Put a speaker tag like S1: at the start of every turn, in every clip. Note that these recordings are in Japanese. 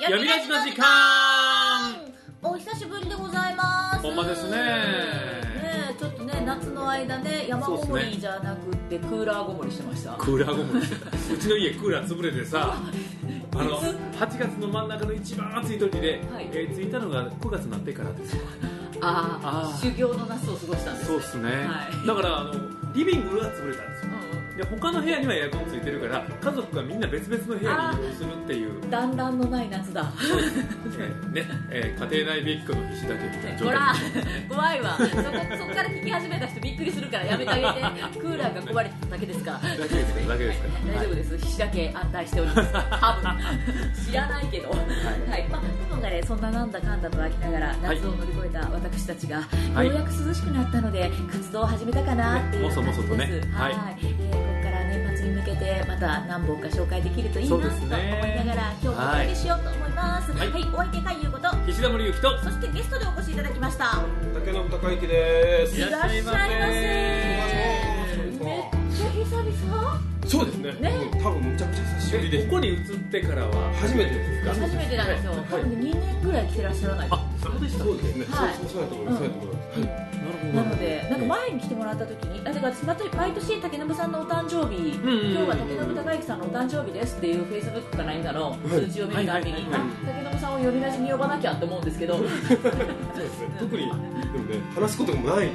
S1: 闇ラジの時間
S2: お久しぶりでございます
S1: ほんまですね
S2: ねえちょっとね夏の間ね山ごも
S1: そうっす
S2: り
S1: ね
S2: じゃなくってクーラーごもりしてました
S1: クーラーゴムにしてたうちの家クーラー潰れてさ あの8月の真ん中の一番暑い時で、
S2: はい
S1: えー着いたのが9月になってからですよ
S2: あ
S1: あー
S2: あ修行の夏を過ごしたんです
S1: そうっすね、
S2: はい
S1: だからあのリビングが潰れたんですよ
S2: う
S1: で他の部屋にはエアコンついてるから家族がみんな別々の部屋に移動するって いうん
S2: だんだんのない夏だ
S1: ねえー家庭内別居の石だけみたいな状
S2: ほ
S1: 態
S2: ら怖いわそこ そこから聞き始めた人びっくりするからやめてあげてクーラーが壊れただけですから
S1: だけですからだけですから
S2: 大丈夫です、菱だけ安泰しております多分知らないけど、はいまあ、今回ねそんななんだかんだとあきながら
S1: はい
S2: 夏を乗り越えた私たちが、
S1: はい
S2: ようやく涼しくなったので活動を始めたかなっていう
S1: ね
S2: 感じです、
S1: もそもそとね
S2: は
S1: はいい
S2: えーここから年末に向けてまた何本か紹介できるといいな
S1: そ
S2: と思
S1: うです
S2: い
S1: ね
S2: ながら今日もお届けしようと思いますは、
S1: はいい
S2: お相手かいうこと
S1: 石田森ゆきと
S2: そしてゲストでお越しいただきました
S3: 竹信孝之です
S2: いらっしゃいませ
S3: いらっしゃいませ
S2: めっちゃ久々
S3: そうですね
S2: ね
S3: 多分むちゃくちゃ久しぶり
S1: え
S3: で
S1: ここに移ってからは
S3: 初めてですか
S2: 初めてなんですよ、
S3: はい
S2: 多分2年ぐらい来てらっしゃらないですか
S1: あそうでした
S3: そうですね、
S2: はい
S3: そうそうやと思います、そうやと思います、はい
S2: なので、なんか前に来てもらった時に、あだから私、毎年、竹信さんのお誕生日、
S1: んうんうん
S2: 今日は竹信孝之さんのお誕生日ですっていう、フェイスブックか何かの通知を見るたびに、
S1: はいはいはい
S2: あ竹信さんを呼び出しに呼ばなきゃって思うんですけど、っ
S3: そうですね特にでもね話すこともない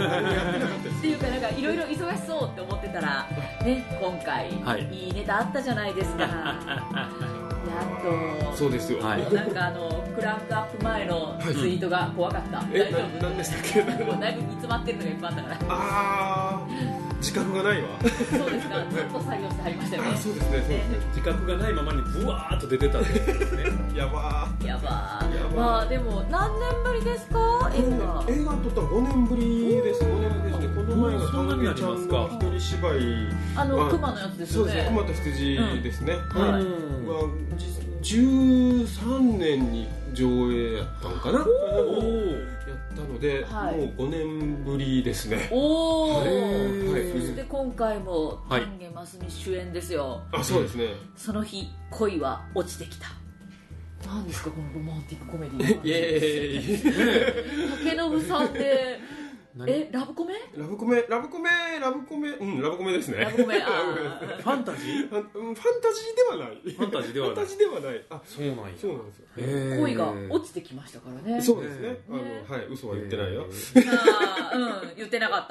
S2: ていうか、なんかいろいろ忙しそうって思ってた ら、ね、今回、
S1: はい
S2: い、いネタあったじゃないです か。やっと
S3: そうですよ、
S1: はい
S2: なんかあのクランクアップ前のツイートが怖かった、
S3: え
S2: 大丈
S3: ななんでしたっ
S2: 夫
S3: け
S2: もうだいぶ煮詰まってるのがいっぱいあったから
S3: あー自覚がないわ
S2: そうですかずっと作業してはりましたよね
S3: あそうですねそうですね
S1: 自覚がないままにブワーッと出てたんですね
S3: やば
S2: やばー
S3: やばー
S2: まあでも何年ぶりですか
S3: ー
S2: 映画
S3: 映画撮ったの5年ぶりです5年ぶりですねこの前が
S1: そんなになりますか
S3: 一人芝居
S2: あの
S3: は
S2: 熊のやつです
S3: そ
S2: よ
S3: うですね
S2: ね
S3: 熊と羊ですね、
S2: うんはい
S3: は13年に上映やったのかなや
S1: おお
S3: ったので、
S2: はい
S3: もう5年ぶりですね
S2: おお、
S3: はい
S1: はい
S2: そして今回も
S1: はい
S2: 丹下真澄主演ですよ、
S3: あそうですね
S2: その日恋は落ちてきた何ですかこのロマンティックコメディ
S3: ーイ
S2: 竹信さんって
S1: 何
S2: えラブコメ
S3: ラブコメラブコメラブコメうんラブコメですね
S2: ラブコメあ
S3: ラブコメ
S2: ー
S1: ファンタジー
S3: あ うんファンタジーではない
S1: ファンタジーではない
S3: ファンタジーではないあ
S1: そうなんや
S3: そうなんですよ
S2: 恋が落
S1: ち
S2: ちてきましたからね
S3: そうですね
S1: ね
S3: あのはい嘘は言ってないよ、
S2: あーうん言ってなか っ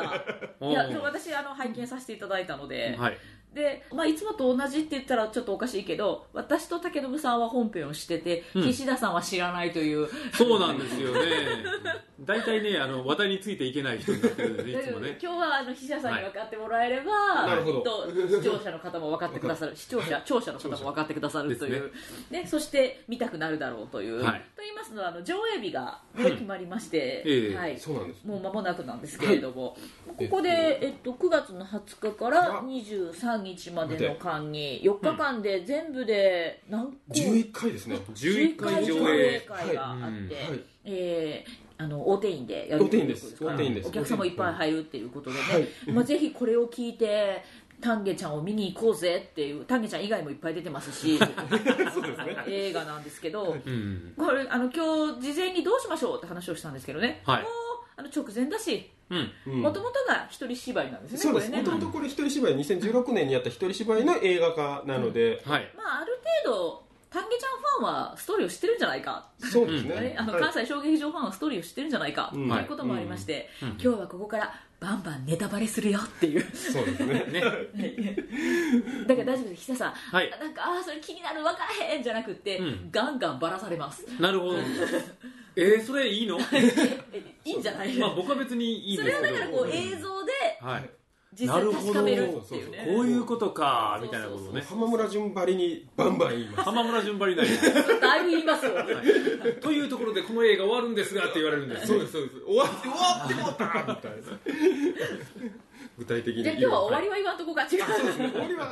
S2: たいやでも私あの拝見させていただいたので、
S1: はい
S2: で、まあ、いつもと同じって言ったらちょっとおかしいけど私と武信さんは本編を知ってて、
S1: うん
S2: 岸田さんは知らないという
S1: そうなんですよね大体ねあの話題についていけない人になってるんですねいつもね
S2: 今日はあの岸田さんに分かってもらえれば、
S3: いなる
S2: き
S3: ほ
S2: っ
S3: ど
S2: と視聴者の方も分かってくださる視聴者聴者の方も分かってくださるという、ねそして見たくなるだろうという、
S1: はい
S2: と言いますのはあの上映日が、ね決まりまして、
S1: ええ
S2: はい、
S3: そうなんです
S2: もう間もなくなんですけれども、ここで、えっと、9月の20日から23日までの間に4日間で全部で何個
S3: 11回ですね
S1: 11回上
S2: 上映
S1: 映
S2: 会があって、
S3: はい はい
S2: えーあの大手院でやる
S3: 大手院です
S2: ということから
S3: 大手院です
S2: お客様いっぱい入るっていうことでね、
S3: はい
S2: まあ、ぜひこれを聞いて丹下ちゃんを見に行こうぜっていう丹下ちゃん以外もいっぱい出てます し
S3: そうですね
S2: 映画なんですけど
S1: うん
S2: これあの今日事前にどうしましょうって話をしたんですけどね、
S1: はい
S2: もうあの直前だし
S1: うん
S3: うん
S2: もともとが一人芝居なんですね、
S3: そう
S2: こ
S3: で
S2: れ
S3: す
S2: ね
S3: もともとこれ一人芝居2016年にやった一人芝居の映画化なので、
S1: はい
S2: まあ、ある程度、丹下ちゃんファンはストーリーを知ってるんじゃないか、
S3: そうですね、
S2: ねあの
S3: はい
S2: 関西小劇場ファンはストーリーを知ってるんじゃないか、
S3: うん
S2: ということもありまして、今日はここからバンバンネタバレするよっていう。
S3: そうですね
S1: ね
S2: だから大丈夫です、久さん、
S1: はい
S2: なんか、ああ、それ気になる、わからへんじゃなくて、
S1: うん
S2: ガンガンばらされます。
S1: なるほどえーそれいいの
S2: えいいんじゃない、
S1: まあ僕は別にいいん
S2: そ
S1: で
S2: れ
S1: す
S2: は
S1: け
S2: だか
S1: ど
S2: らこう映像で
S1: はい
S2: 実際確かめるっていう
S3: な
S2: ね
S3: るほど
S1: こういうことかみたいなことね
S3: 浜村順張りにバンバン言います
S1: 浜村順張りない
S2: だいぶ言いますよ、
S1: というところでこの映画終わるんですがって言われるんです
S3: そうですそうです終わって終わってもうたみたいな具体的に
S2: じゃあ今日は終わりは言わんとこが違う
S3: 終わりは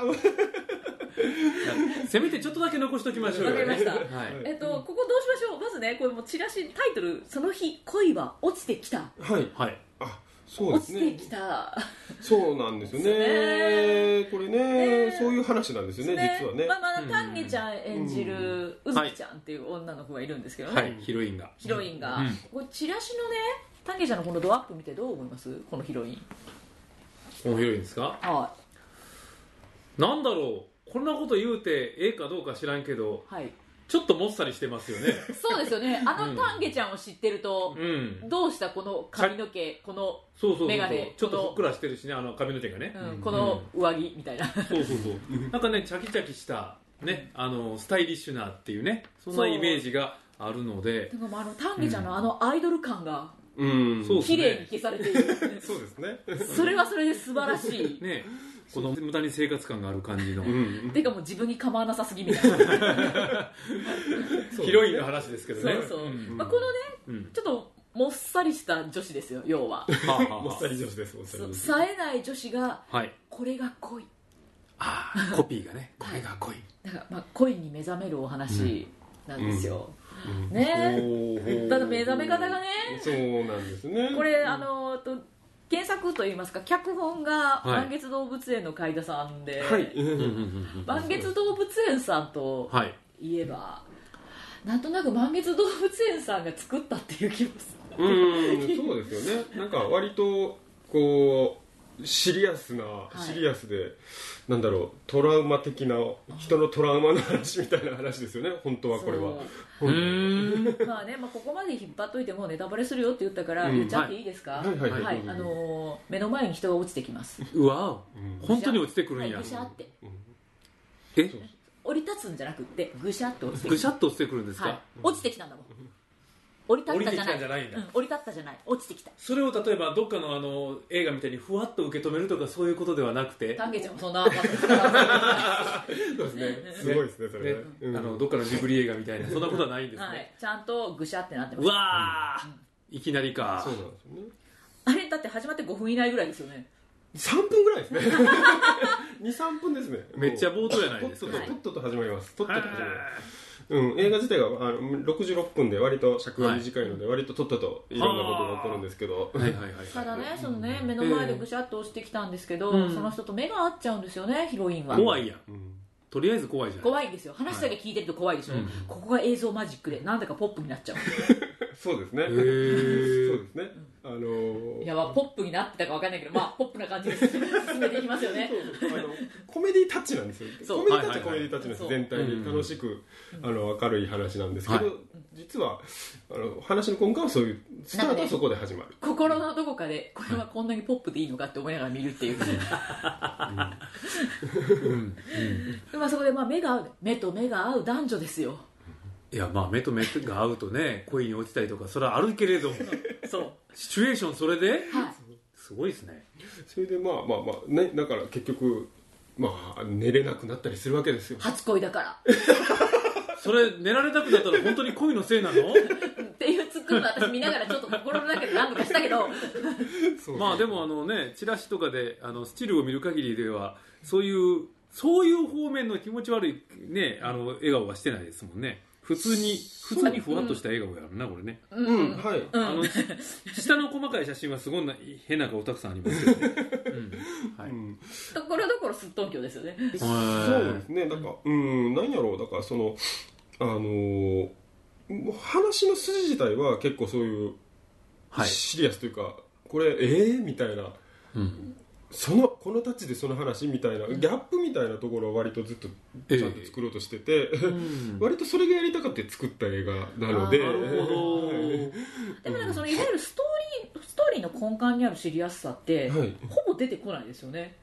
S1: せめてちょっとだけ残しときましょうよ
S2: わかりました
S1: はい
S2: えっと、ここどうしましょうまずねこれもうチラシタイトル「その日恋は落ちてきた
S3: はい
S1: はい
S3: あそうで
S2: 落
S3: す
S2: ちて
S3: ね
S2: きた
S3: そうなんですよね
S2: で
S3: これね
S2: ね
S3: そういう話なんですよね実はね、
S2: まあまあ丹下ちゃん演じるうずきちゃんっていう女の子がいるんですけどね、
S1: はいヒロインが
S2: ヒロインが、
S1: うん
S2: これチラシのね丹下ちゃんのこのドアップ見てどう思いますこのヒロイン
S1: このヒロインですか
S2: は
S1: なんだろうこんなこと言うてええかどうか知らんけど
S2: い、はい、
S1: ちょっともっさりしてますよね
S2: そうですよねあの丹下ちゃんを知ってると、
S1: うん
S2: どうしたこの髪の毛この、
S1: そうそうそう
S2: メ
S1: そ
S2: ガ
S1: う
S2: ネ
S1: ちょっとふっくらしてるしねあの髪の毛がね、
S2: うんこの上着みたいな、
S1: そうそうそうなんかねチャキチャキしたねあのスタイリッシュなっていうねそんなイメージがあるので
S2: でもあの丹下ちゃんのあのアイドル感が
S3: うん
S1: そう
S2: 綺麗に消されている
S3: そうですね、
S2: それはそれで素晴らしい
S1: ねこの無駄に生活感がある感じの
S3: うん、
S2: てかもう自分に構わなさすぎみたいな、
S1: ヒロインの話ですけど
S2: そ
S1: ね
S2: うそう、
S1: ん
S2: まあ、このね
S1: うん
S2: ちょっともっさりした女子ですよ要は
S1: はあはあ
S3: もっさり女子ですもっさり
S2: そ
S3: 女子
S2: 冴えない女子が
S1: はい
S2: これが恋
S1: あーコピーがねこれが濃い
S2: だからまあ恋に目覚めるお話なんですよ、
S3: うん
S2: ね
S3: ほうほう
S2: ただ目覚め方がね
S3: そうなんですね
S2: これあのと原作といいますか脚本が
S1: はい
S2: 満月動物園の海田さんで、
S3: はい、
S2: 満月動物園さんと
S1: はい
S2: いえばなんとなく満月動物園さんが作ったっていう気もする
S3: うんそうですよねなんか割とこうシリアスな、
S2: い
S3: シリアスでなんだろうトラウマ的な人のトラウマの話みたいな話ですよね本当はこれは
S1: うーん
S2: まあね、まあ、ここまで引っ張っといてもうネタバレするよって言ったから
S3: うん
S2: 言っちゃっていいですか、
S3: はいはいはいはい
S2: あのー目の前に人が落ちてきます
S1: うわ
S3: うん
S1: お本当に落ちてくる
S2: は
S1: ん
S2: い
S1: や
S2: ぐしゃって
S1: え
S2: 降り立つんじゃなくってぐしゃっと落ちて
S1: ぐしゃ
S2: っ
S1: っと落ちてくるんです
S2: はい
S1: か、
S2: 落ちてきたんだもん降り立ったじゃない
S1: 降りてきたんじゃないんだ
S2: うん、降り立ったじゃない落ちてきた
S1: それを例えばどっかのあの映画みたいにふわっと受け止めるとかそういうことではなくて
S2: 丹下ちゃんもそんなは
S3: そうですねすごいですねそれ
S1: ねあ
S3: ねうん
S1: のどっかのジブリ映画みたいなそんなことはないんですね
S2: いちゃんとぐしゃってなってま
S1: う
S2: す
S1: わーいきなりか
S3: そうなんですよね
S2: あれだって始まって5分以内ぐらいですよね
S3: 3分ぐらいですね23分ですね
S1: めっちゃ冒頭じゃないです
S3: とっ
S1: か
S3: とと
S2: はい
S3: とっとと始まりますとっとと始まります
S1: あ
S3: うん、映画自体があの66分で割と尺が短いので、割ととっとといろんなことが起こるんですけど
S1: ーはいはいはいはい
S2: ただねそのね目の前でぐしゃっと落ちてきたんですけど、
S1: うん
S2: その人と目が合っちゃうんですよねヒロインは
S1: 怖いやん
S3: うん
S1: とりあえず怖いじゃん
S2: 怖いんですよ話だけ聞いてると怖いでしょ、
S1: うん
S2: ここが映像マジックでなんだかポップになっちゃう
S3: そうですね、
S1: へ
S3: そう
S1: ー
S3: ですねあの
S2: い
S3: ー
S2: やまあポップになってたかわかんないけどまあポップな感じで進めていきますよね
S3: そうあのコメディタッチなんですよ
S2: そう
S3: コメディタッチ
S1: はいはいは
S3: はいコメディタッチなんです
S2: そう
S3: 全体に楽しく、あの明るい話なんですけど、
S1: はい
S3: 実はあの話の根幹はそういうスタートはそこで始まる
S2: 心のどこかでこれはこんなにポップでいいのかって思いながら見るっていう
S1: うん
S2: でまあそこでまあ目が合う目と目が合う男女ですよ
S1: いやまあ目と目が合うとね恋に落ちたりとかそれはあるけれども
S2: そう
S1: シチュエーションそれで
S2: はい
S1: すごいですね
S3: それでまあまあまあねだから結局まあ寝れなくなったりするわけですよ
S2: 初恋だから
S1: それ寝られたくなったら本当に恋のせいなの
S2: っていうツッコミを私見ながらちょっと心の中で何度かしたけど
S3: そう
S1: まあでもあのねチラシとかであのスチールを見る限りではそういうそういう方面の気持ち悪いねあの笑顔はしてないですもんね普通に普通にふわっとした笑顔やるなこれね、
S2: うん、
S3: うんはい、
S2: うん
S1: あ のし下の細かい写真はすごいな変な顔たくさんありますけど、ねうんはい
S3: うん
S2: ところどころすっとんきょうですよね
S3: そうですね、なんか、うん、なんやろう、だから、その、あのーもう話の筋自体は結構そういう、
S1: はい
S3: シリアスというか、これ、えー、みたいな、
S1: うん
S3: その、このタッチでその話みたいな、ギャップみたいなところは割とずっと
S1: ええ
S3: ちゃんと作ろうとしてて、
S1: ん
S3: 割とそれがやりたかって作った映画なので、
S2: あー
S1: なるほど、
S2: でもなんかそのいわゆるストーリーストーリーの根幹にあるシリアスさって、
S3: はい
S2: ほぼ出てこないですよね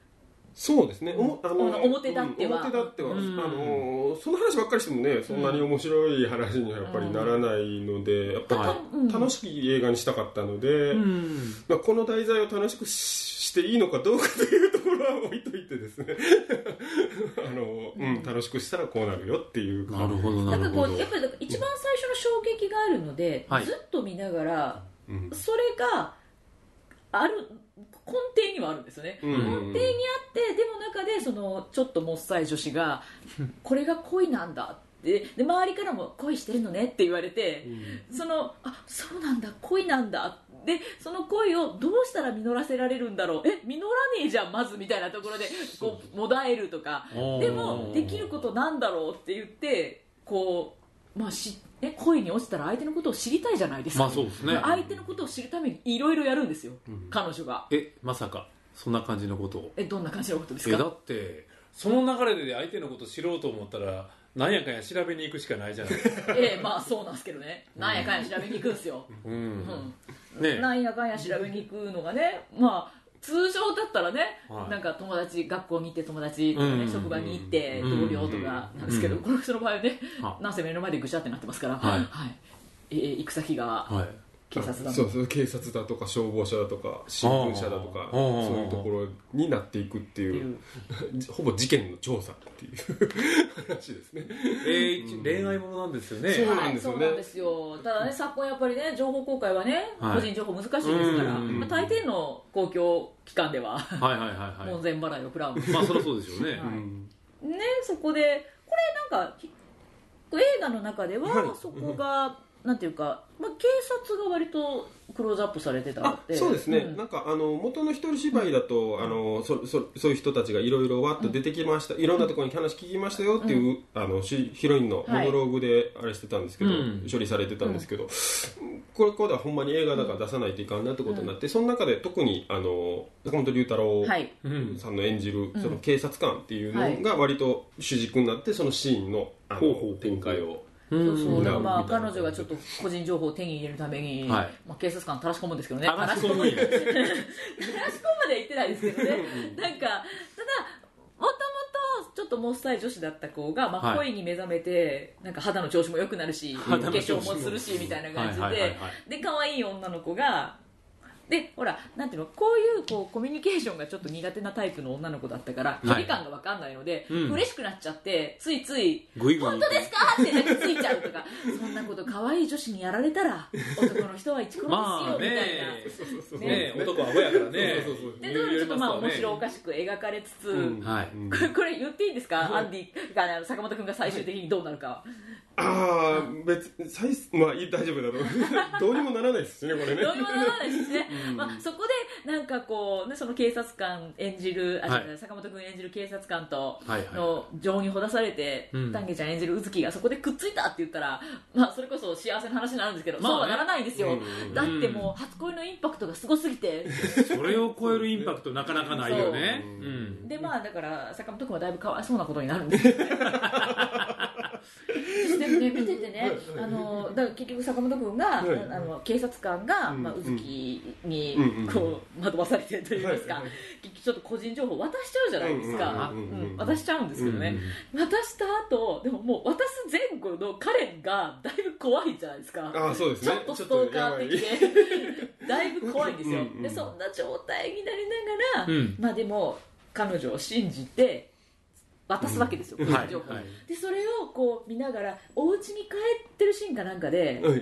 S3: そうですね、おもあの
S2: あの表立っては
S3: うん表立っては、
S1: うん
S3: あのその話ばっかりしてもねそんなに面白い話にはやっぱりならないので、やっぱり、
S1: は
S2: うん
S3: 楽しい映画にしたかったので、
S1: うん
S3: まあ、この題材を楽しくししていいのかどうかというところは置いといてですねあの、うん、楽しくしたらこうなるよっていう
S1: なるほどな
S2: なん
S1: る
S2: か
S1: ほ
S2: こ
S1: ど
S2: うやっぱり一番最初の衝撃があるので、
S1: はい
S2: ずっと見ながら
S3: うん
S2: それがある根底にはあるんですよね、
S3: うん
S2: 根底にあってでも中でそのちょっともっさい女子がこれが恋なんだっでで周りからも恋してるのねって言われて、そのあそうなんだ恋なんだでその恋をどうしたら実らせられるんだろうえ実らねえじゃんまずみたいなところでこうもだえるとかでもできることなんだろうって言ってこう、まあ、しね恋に落ちたら相手のことを知りたいじゃないですか、
S1: まあそうですね
S2: 相手のことを知るためにいろいろやるんですよ、
S3: うん
S2: 彼女が
S1: えまさかそんな感じのことを
S2: えどんな感じのことです
S1: えだ
S2: か
S1: ってその流れで相手のこと知ろうと思ったらなんやかんや調べに行くしかないじゃないですか
S2: ええまあそうなんですけどねなんやかんや調べに行くんですよ、
S1: う
S2: うんん
S1: ね
S2: なんやかんや調べに行くのがねまあ通常だったらね、
S1: はい
S2: なんか友達学校に行って友達とかね、
S1: うんうんうん
S2: 職場に行って同僚とかなんですけど、
S1: うん
S2: この人の場合はね
S1: は
S2: なんせ目の前でぐしゃってなってますから、
S1: はい
S2: えー行く先が
S1: はい
S2: 警察だ
S3: そうそう警察だとか消防車だとか新聞社だとか
S1: あー
S3: そういうところになっていくって
S2: って
S3: い
S2: いう
S3: うほぼ事件の調査っていう話ですね
S1: え一恋愛ものなんですよね
S3: そうなんですよ
S2: はいそ
S3: ね
S2: うなんですよただね昨今やっぱりね情報公開はね、
S1: はい
S2: 個人情報難しいですから、
S1: うんうんうん
S2: まあ、大抵の公共機関では
S1: はいはいはいは
S2: 門前払いを食らうんで
S1: いまあそりゃそうですよね、
S2: はい
S3: うん
S2: ねそこでこれなんかひ映画の中では、
S3: はい
S2: そこがなんていうか、まあ、警察が割とクローズアップされてた
S3: あ
S2: ので
S3: そうですね、
S2: ん
S3: なんかあの元の一人芝居だと、あのそそそういう人たちがいろいろわっと出てきました、いろんなところに話聞きましたよっていう、あのしヒロインのモノローグであれしてたんですけど、
S1: うん
S3: 処理されてたんですけど、これこれはほんまに映画だから出さないといかんなってことになって、その中で特にあの坂本龍太郎
S2: はい
S1: うん
S3: さんの演じる、
S2: うん
S3: その警察官っていうのが割と主軸になってそのシーンのあの
S1: ほうほう
S3: 展開を
S2: そうそううんだからまあ
S3: みたい
S2: 彼
S3: な
S2: 女がちょっと個人情報を手に入れるために、
S1: はい
S2: まあ、警察官たらし込むんですけどね
S1: あらしこむんや
S2: たらし込むたらし込むまでは言ってないですけどねなんかただもともとちょっとモスタイ女子だった子が、ま
S1: は
S2: あ、
S1: い
S2: 恋に目覚めて、なんか肌の調子も良くなるし化
S1: 肌の調子
S2: 粧
S1: も
S2: もするしみたいな感じで、
S1: はいはいはいは
S2: で可愛い女の子がでほらなんていうのこういうこうコミュニケーションがちょっと苦手なタイプの女の子だったから距離感が分かんないので、
S1: うん
S2: 嬉しくなっちゃってついつい
S1: グイグイ
S2: 本当ですかって泣きついちゃうとかそんなこと可愛い女子にやられたら男の人は一殺ですよ、
S1: まあ
S2: みたいな
S1: ね
S3: そう
S2: ね
S1: ね男はアホやからね
S3: そうそうそう
S2: でどういうちょっとまあ
S1: 言いよりますわね
S2: 面白おかしく描かれつつ、
S3: うん
S1: はい
S3: うん
S2: これこれ言っていいんですか、アンディがあの坂本君が最終的にどうなるか、
S3: ああ別最まあいい大丈夫だと思う どうにもならないですねこれね
S2: どうにもならないしね、まあ、そこでなんかこう、ね、その警察官演じるあ、
S1: はい
S2: 違う坂本君演じる警察官と
S1: はいはい
S2: の情にほだされて
S1: うん
S2: 丹下、ちゃん演じる宇月がそこでくっついたって言ったら、まあ、それこそ幸せな話になるんですけど、
S1: まあね
S2: そうはならないんですよ、
S3: うんうんうん
S2: だってもう初恋のインパクトがすごすぎて
S1: それを超えるインパクトなかなかないよね
S3: そう
S1: うん
S2: でまあだから坂本君はだいぶかわいそうなことになるん ですよねでもね見ててねあのだから結局坂本君が、
S3: はい
S2: あの警察官が、
S3: うん
S2: まあ、宇月に
S3: うん
S2: こう惑わされてるといいますか、
S3: はいはい
S2: 結局ちょっと個人情報渡しちゃうじゃないですか、
S1: うん
S3: うんうんうん
S2: うん渡しちゃうんですけどね、渡した後でももう渡す前後の彼がだいぶ怖いじゃないですか
S3: ああそうです
S2: ち
S3: ね
S2: ょっとストーカー的
S3: ちょっとやばい
S2: で だいぶ怖いんですよ、
S3: うんうんうん
S2: でそんな状態になりながら、
S1: うん
S2: まあでも彼女を信じて渡すわけですよ、
S3: うん
S2: 個人情報
S1: はいはい
S2: でそれをこう見ながらお家に帰ってるシーンかなんかで、
S3: はい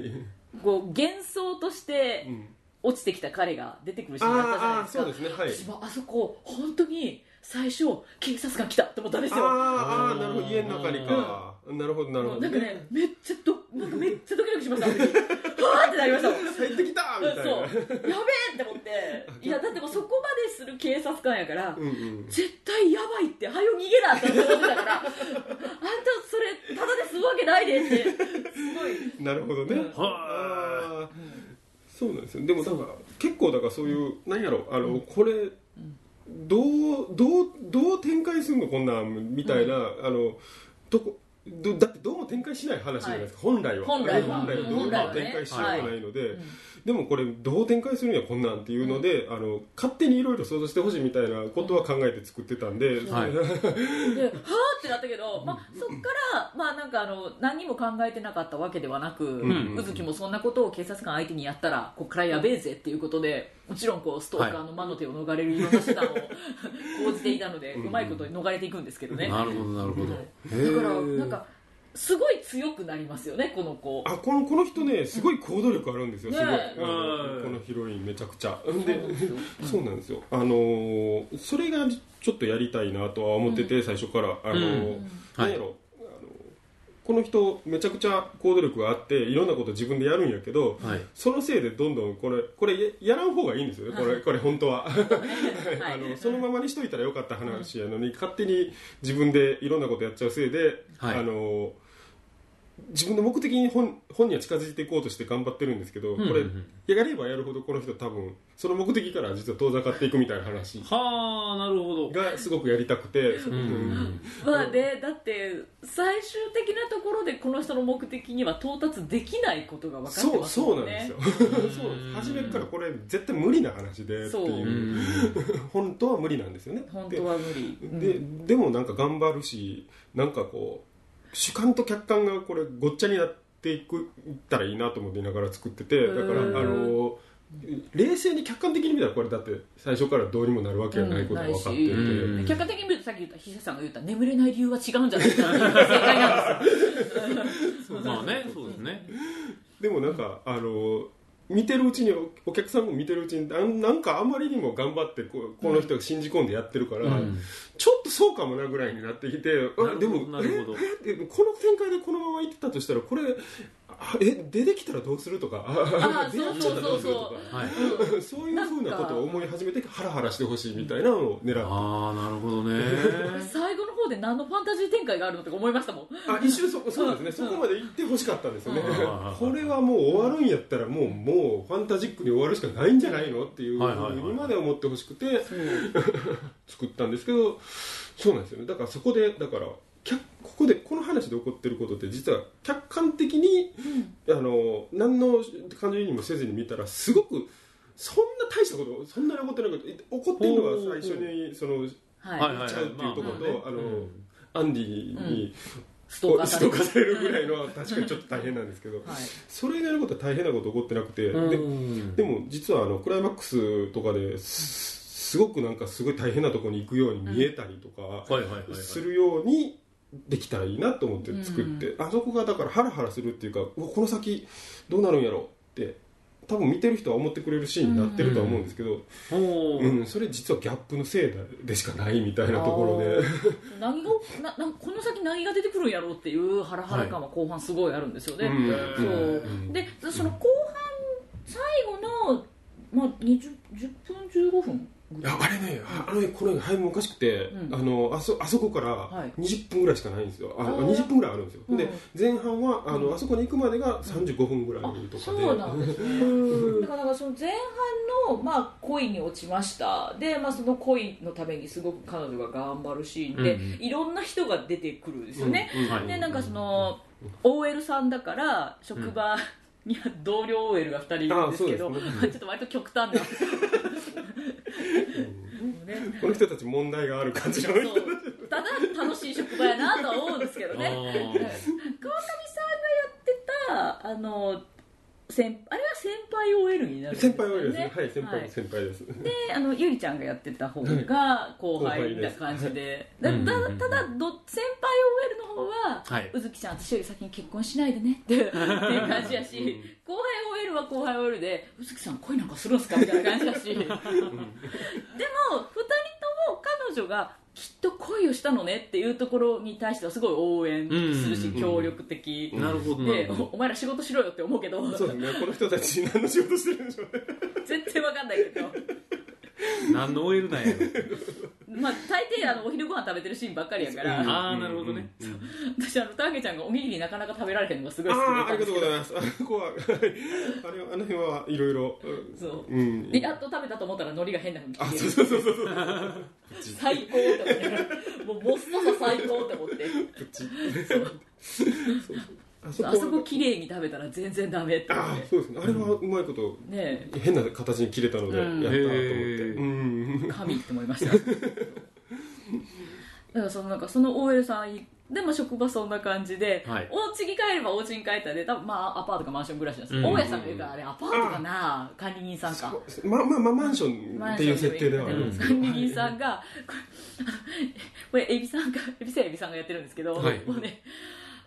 S2: こう幻想として
S3: うん
S2: 落ちてきた彼が出てくるシーンがあったじゃない
S3: あーあー
S2: です
S3: そ
S2: か私も
S3: うですねはい
S2: あそこ本当に最初警察官来たって思ったんですよ
S3: あーあーなるほど家の中にかなるほどなる
S2: も
S3: ほ
S2: う
S3: ど
S2: なんか
S3: ね
S2: ねめっちゃどなんかめっちゃドキドキしま し たあの時はーってなりましたもん
S3: 入ってきたみたいな
S2: そうやべえって思っていやだってもうそこまでする警察官やから、
S3: うんうん
S2: 絶対やばいってはよ逃げなって思ってたからあんたそれただで済むわけないでってすごい
S3: なるほどね
S2: うん
S1: は
S3: あーそうなんですよでもだから結構だからそういう何やろうあのこれどうどうどう展開するのこんなんみたいなあのとこどだってどうも展開しない話じゃないですか本来は
S2: 本来は
S3: 本来はど
S1: うん本来
S3: うも
S1: はね
S3: 展開しようがないので
S2: ん
S3: でもこれどう展開するにはこんなんっていうのであの勝手にいろいろ想像してほしいみたいなことは考えて作ってたんで
S1: はい
S2: ではあってなったけど、まあ、そっから、まあ、なんかあの何も考えてなかったわけではなく、
S3: ん
S2: 宇月もそんなことを警察官相手にやったらこっからやべえぜっていうことでもちろんこうストーカーの魔の手を逃れるいろんな手 段を講じていたのでうまいことに逃れていくんですけどね。
S1: なるほどなるほど
S2: だからなんかすごい強くなりますよねこの子
S3: あこのこの人ねすごい行動力あるんですよ、
S2: ね
S3: すごい、
S2: え
S1: うん
S3: うんこのヒロインめちゃくちゃで
S2: う
S3: そうなんですよ、 あのーそれがちょっとやりたいなとは思ってて、最初からあのー、
S1: うん
S3: 何やろ、あのーこの人めちゃくちゃ行動力があっていろんなこと自分でやるんやけど、
S1: はい
S3: そのせいでどんどんこれこれややらん方がいいんですよねこれこれ本当は、
S2: はい
S3: あのそのままにしといたらよかった話やのに勝手に自分でいろんなことやっちゃうせいで、
S1: はい
S3: あの自分の目的に本本には近づいていこうとして頑張ってるんですけど、
S1: んうん
S3: これやればやるほどこの人多分その目的から実は遠ざかっていくみたいな話
S1: はあなるほど
S3: がすごくやりたくて、うん
S2: まあね、だって最終的なところでこの人の目的には到達できないことが分かって
S3: そう
S2: ます
S3: そう
S2: も
S3: なんんです
S2: ね
S3: よ そうなんです初めからこれ絶対無理な話でって
S2: そう
S1: う
S3: いうん本当は無理なんですよね
S2: 本当は無理、
S3: ででもなんか頑張るしなんかこう主観と客観がこれごっちゃになっていくいったらいいなと思っていながら作っててだからあ
S2: うん
S3: の冷静に客観的に見たらこれだって最初からどうにもなるわけ
S2: う
S3: が
S2: ん
S3: ないことが
S2: ない
S3: 分
S2: し
S3: かっていて、
S1: うん
S2: 客観的に見るとさっき言った筆者さんが言った眠れない理由は違うんじゃないかっていうのが正解なんですよ
S1: まあねそうですね
S3: でもなんかあの見てるうちにおお客さんも見てるうちにあんなんかあまりにも頑張ってこうこの人が信じ込んでやってるから、
S1: うん
S3: ちょっとそうかもなぐらいになってきて
S1: なるほ
S3: あ
S1: ど
S3: でも
S1: なるほど
S3: ええでもこの展開でこのままいってたとしたらこれあえ出てきたらどうするとか
S2: ああ
S3: 出てきちゃったらどうすると
S1: はい
S3: かうんそういうふうなことを思い始めてハラハラしてほしいみたいなのを狙って
S1: ああなるほどね
S2: 最後の方で何のファンタジー展開があるのとか思いましたもん
S3: あ一瞬そそうですねそこまで行ってほしかったんですよね
S1: うん
S3: これはもう終わるんやったらもうもうファンタジックに終わるしかないんじゃないのっていうふ
S1: はいはいはいう
S3: にまで思ってほしくて作ったんですけどそうなんですよねだからそこでだから客ここでこの話で起こってることって実は客観的に、あの何の感情にもせずに見たらすごくそんな大したことそんなに起こってないことえ起こってるの
S1: ほう
S3: は最初にその
S2: はい、
S1: はいはい
S3: ちゃうっていうところと、
S1: まあま
S3: あ
S1: あね
S3: の、
S1: うん
S3: アンディに、
S2: ストーカー
S3: ス
S2: さ
S3: ト
S2: れ
S3: ー
S2: て
S3: カーされるぐらいの確かにちょっと大変なんですけど、
S2: はい
S3: それ以外のことは大変なこと起こってなくて、
S1: うん
S3: ででも実はあのクライマックスとかですすごくなんかすごい大変なところに行くように見えたりとか
S1: はいはいはいはい
S3: するようにできたらいいなと思って作って、あそこがだからハラハラするっていうかうわこの先どうなるんやろうって多分見てる人は思ってくれるシーンになってるとは思うんですけど、
S1: ほ
S3: うん
S1: う
S3: それ実はギャップのせいでしかないみたいなところで。
S2: 何がななこの先何が出てくるんやろうっていうハラハラ感は後半すごいあるんですよね、
S3: うん
S2: そう
S3: うん
S2: でその後半最後の、まあ、20 10分15分ぐ
S3: い
S2: らい
S3: やあれね、ああのねこの映画早めおかしくて、
S2: うん
S3: あのあそあそこか
S2: は
S3: ら
S2: い
S3: 20分ぐらいしかないんですよ、あ
S2: あー
S3: 20分ぐらいあるんですよ、
S2: うん
S3: で前半はあの、あそこに行くまでが35分ぐらい
S2: あ
S3: とかで、
S2: そうなんですねだからなんかその前半の、まあ、恋に落ちましたで、まあ、その恋のためにすごく彼女が頑張るシーンで、
S1: うん
S2: いろんな人が出てくるんですよね、
S3: うんうん
S1: はい
S2: でなんかその OL さんだから職場には同僚 OL が2人いるんですけど
S3: あそうで
S2: ちょっと割と極端なね
S3: この人たち問題がある感じの
S2: そ
S3: 人たち
S2: うただ楽しい職場やなとは思うんですけど
S1: あ
S2: ね川上さんがやってたあの先あれは先輩 OL になるんですよ
S3: 先輩はですねはい先輩、
S2: はい
S3: 先輩です
S2: であのゆりちゃんがやってた方が後輩みたいな感じでだ
S1: う
S2: だ
S1: んうんうん
S2: ただど先輩 OL の方は
S1: はいう
S2: ずきちゃん私より先に結婚しないでねっ てっていう感じやし、後輩 OL は後輩 OL でうずきさん恋なんかするんすかみたいな感じやしでも2人とも彼女がきっと恋をしたのねっていうところに対してはすごい応援するし、
S1: うん
S2: 協力的、
S1: なるほどな
S2: で
S1: るほ
S2: お前ら仕事しろよって思うけど
S3: そうですねこの人たち何の仕事してるんでしょうね
S2: 絶対わかんないけど。
S1: ど何の OL なんやろ
S2: まあ、大抵あのお昼ご飯食べてるシーンばっかりやから、
S1: ああなるほどね
S2: 私あのたけちゃんがおにぎりなかなか食べられへんのがすごい好き
S3: あああり
S2: で
S3: がとうございますあそこははいあれはあの辺はいろいろ
S2: そううんでやっと食べたと思ったら海苔が変なふうに
S3: あ
S2: 切
S3: そう
S2: れる
S3: そうそうそうそう
S2: 最高って思ってもうもっささ最高って思って
S3: こっちそうそうあ
S2: あそこ綺麗に食べたら全然ダメって思っ
S3: あ
S2: て
S3: そうですねあれはうまいこと
S2: ねえ
S3: 変な形に切れたのでや
S2: うん
S3: ったなと
S1: へ
S3: 思って
S1: ー
S3: うん
S2: 神って思いましただからそのなんかその OL さんでも職場そんな感じで、
S1: はい
S2: お家に帰ればお家に帰ったで多分まあアパートかマンション暮らしなんですよ、
S1: うん
S2: 大家さんが言うからあれアパートかな管理人さんか
S3: まあまあまあマンションっていう設定ではあるんですけど
S2: 管理人さんがこれこれエビさんがエビさんエビさんがやってるんですけど、
S1: はい
S2: もうね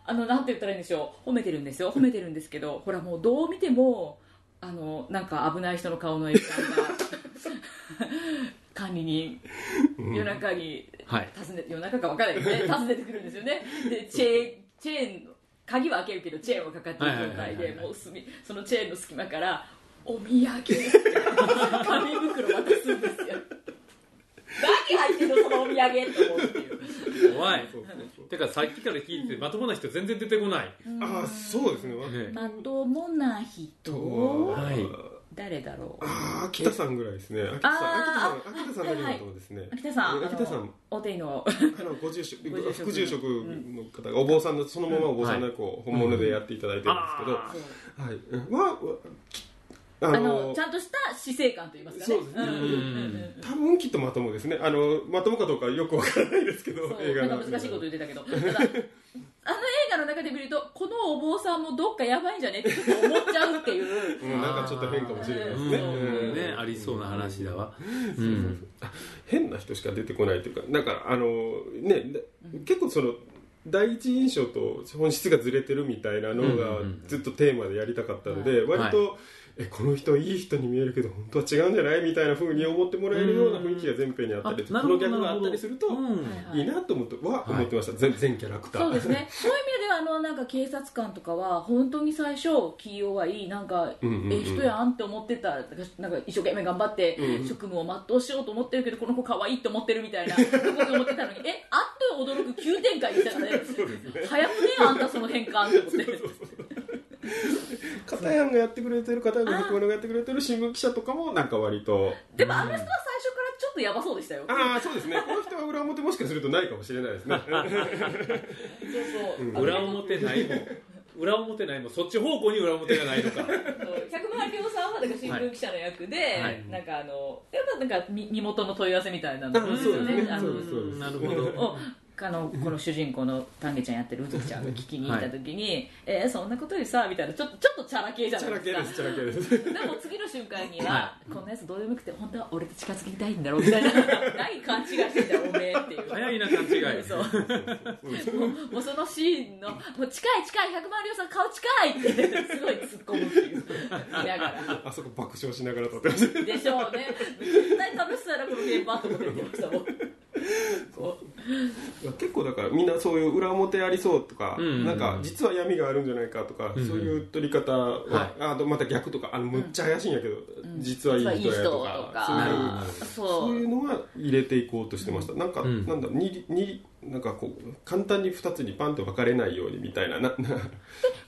S2: あのなんて言ったらいいんでしょう褒めてるんですよ褒めてるんですけどほらもうどう見てもあのなんか危ない人の顔のエビ さんが管理人夜中に
S1: はい
S2: 訪ね夜中か分からないけどね訪ねてくるんですよねでチェーンチェーン鍵は開けるけどチェーンはかかってる状態
S1: はいはいはい
S2: で
S1: はい
S2: もうすみそのチェーンの隙間から「お土産」って紙袋渡すんですよ何入ってるのそのお土産って思うっていう
S1: 怖い
S3: そうそうそう
S1: てかさっきから聞いててまともな人全然出てこない、
S3: ああそうですねわ
S1: ね
S2: まともな人
S1: はい
S2: 誰だろう
S3: ああ秋田さんぐらいですね秋田さん
S2: あ
S3: 秋
S2: ー
S3: 田さん秋田
S2: あ
S3: さんだ
S2: はい
S3: けだ
S2: はい
S3: と思うですね
S2: 秋田さん
S3: 秋田さ
S2: あの
S3: ん
S2: お手の
S3: あのご住職
S2: ご住職
S3: 副住職の方がお坊さんのそのままお坊さんがこう本物でやっていただいてるんですけ
S1: あ
S3: ど、はいうんははきあ
S2: あ
S3: の
S2: のちゃんとした死生観と言いますかね
S3: そうですね
S2: んうんうん
S3: 多分きっとまともですねあのまともかどうかよくわからないですけど
S2: そう
S3: 映画
S2: な
S3: の
S2: んか難しいこと言ってた けどただあの映画の中で見るとこのお坊さんもどっかやばいんじゃねってちょっと思っちゃうって いう
S3: うん、なんかちょっと変かもしれないですね,、
S2: あー
S1: うん
S3: うん
S1: ねありそうな話だわ、うん、
S3: 変な人しか出てこないというかだからあのねだ結構その第一印象と本質がずれてるみたいなの
S1: う
S3: が
S1: んうんうん
S3: ずっとテーマでやりたかったので、
S1: い
S3: 割と、えこの人いい人に見えるけど本当は違うんじゃないみたいなふうに思ってもらえるような雰囲気が全編にあったりこ
S1: なる
S3: の
S1: ほど
S3: ギャグがあったりすると、
S1: うん
S2: はい
S3: いいなと思っては思ってました、全全キャラクター
S2: そうですねそういう意味ではあのなんか警察官とかは本当に最初気弱いなんか、
S3: うんうんうん
S2: ええ人やんって思ってたなんかなんか一生懸命頑張って
S3: うん
S2: 職務を全うしようと思ってるけどこの子可愛いって思ってるみたいなこと思ってたのにえあっと驚く急展開みたいなね 早くねあんたその変換って思って
S3: 片やんがやってくれてる片やんの百物がやってくれてる新聞記者とかもなんか割と
S2: でもあの人は最初からちょっとやばそうでしたよ
S3: ああそうですねこの人は裏表もしかするとないかもしれないですね
S2: そうそう、
S1: 裏表ないも裏表ないもそっち方向に裏表がないのか
S2: 百万両さんはだから新聞記者の役で、
S1: はい
S2: なんかあのやっぱなんか身身元の問い合わせみたいなの
S3: あ
S2: です
S3: そう
S2: よ
S3: です
S2: ね
S3: ね
S2: あ
S3: そ
S2: の
S3: うですそうです
S1: なるほど
S2: をあのこの主人公の丹下ちゃんやってるうずきちゃんが聞きに行った時に「えーそんなことよりさ」みたいなちょっとちょっとチャラ系じゃ
S3: チ
S2: な
S3: ャ
S2: い
S3: ラ系
S2: で
S3: ですす
S2: か
S3: チャラ系です
S2: でも次の瞬間には、
S1: は
S2: こんなやつどうでもよくて本当は俺と近づきたいんだろうみたい なない勘違いしてたよおめえっていう
S1: 早いな勘違い
S2: そうもうもうそのシーンの「もう近い近い百万両さん顔近い!」ってすごい突っ込むって いう見ながら。
S3: あそこ爆笑しながら撮ってました
S2: でしょうね絶対楽しそうやなこの現場と思って見てましたもんこう
S3: 結構だからみんなそういう裏表ありそうとか、
S1: うんうんうん
S3: なんか実は闇があるんじゃないかとか、
S1: うんうん
S3: そういう撮り方は、
S1: はい
S3: あとまた逆とかあのむっちゃ怪しいんやけど、
S2: ん
S3: 実はいい人やと
S2: 実はいい人と
S3: か
S2: か
S3: そういう
S1: なるほど
S2: そ
S3: そういううのは入れていこうとしてました。なんか、
S1: うん
S3: なんだ、に、に、なんかこう、簡単に二つにパンと分かれないようにみたいな、な、な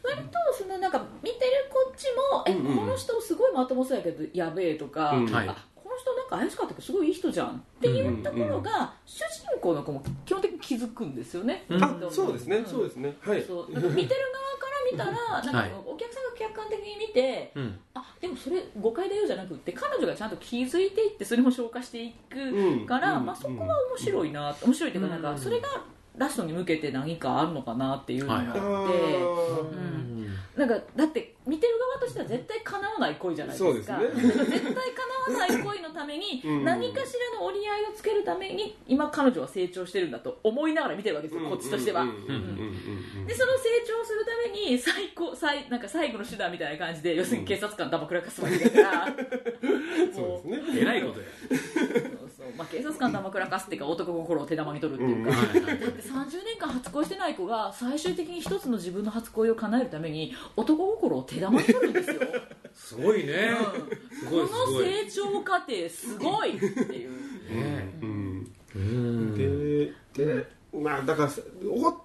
S2: 割とそのなんか見てるこっちも「え、
S3: うんうん
S2: この人すごいまともそうやけどやべえ」とか、
S3: うん
S1: はい
S2: あこの人なんか怪しかったけどすごいいい人じゃん」っていうところが、主人公の子も基本的に気づくんですよね、
S1: うん
S3: あ、そうですね、そうですね。はい。
S2: そうなんか見てる側から見たらなんか
S1: は
S2: お客さんが客観的に見て
S1: うん
S2: あでもそれ誤解だよじゃなくって彼女がちゃんと気づいていってそれも消化していくから、
S3: うん
S2: まあ、そこは面白いな、面白いっていうかなん
S1: うん
S2: かそれがラストに向けて何かあるのかなっていうのがあって、
S1: はい
S3: あ
S1: う
S3: ー
S1: ん
S2: なんかだって見てる側としては絶対叶わない恋じゃないですか
S3: そうですね
S2: だから絶対叶わない恋のために
S3: うん
S2: 何かしらの折り合いをつけるために今彼女は成長してるんだと思いながら見てるわけですよ、こっちとしては。
S3: うんうんうんうん
S2: でその成長するために最高最なんか最後の手段みたいな感じで要するに警察官だまくらかすわけだ から、
S3: そうですね。
S1: えらいことや
S2: そうそうまあ、警察官だまくらかすっていうか男心を手玉に取るっていうか、
S1: はいはい
S2: だって30年間初恋してない子が最終的に一つの自分の初恋を叶えるために男心を手玉に取るんですよ、
S1: すごいねす
S2: こ
S1: ご
S2: の
S1: いすごい
S2: 成長過程すごいっていう
S1: ね
S3: うん。
S1: うん
S3: で、で、まあ、だから、おこ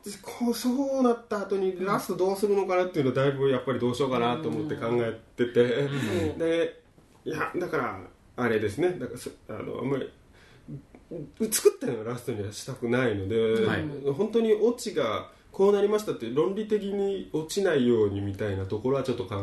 S3: う、そうなった後に、ラストどうするのかなっていうの、だいぶやっぱりどうしようかなと思って考えてて。
S2: そう
S3: で、いや、だから、あれですね、だから、そあの、あんまり。う作ったようなラストにはしたくないので、
S1: はい
S3: 本当にオチが。こうなりましたって論理的に落ちないようにみたいなところはちょっと考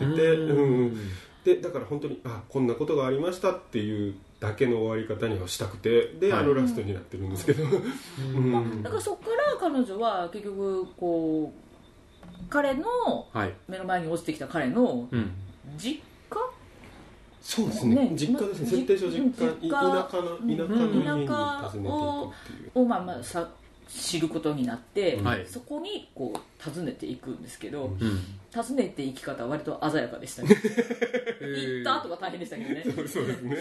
S3: えてて、うんうん、でだから本当にあこんなことがありましたっていうだけの終わり方にはしたくてで、
S1: はい
S3: あのラストになってるんですけど、うん
S2: まあだからそこから彼女は結局こう彼の
S1: はい
S2: 目の前に落ちてきた彼の
S1: うん
S2: 実家
S3: そうですね
S2: ね
S3: 実家ですね
S2: ま
S3: 設定上実
S2: 実
S3: 家
S2: 家
S3: い田舎の田舎の家に訪ねていくっていう
S2: を、まあまあ、さ知ることになって、
S1: はい
S2: そこにこう訪ねていくんですけど、
S1: うん
S2: 訪ねていき方は割と鮮やかでしたね行
S1: えー
S2: った後が大変でしたけどね
S3: そうですね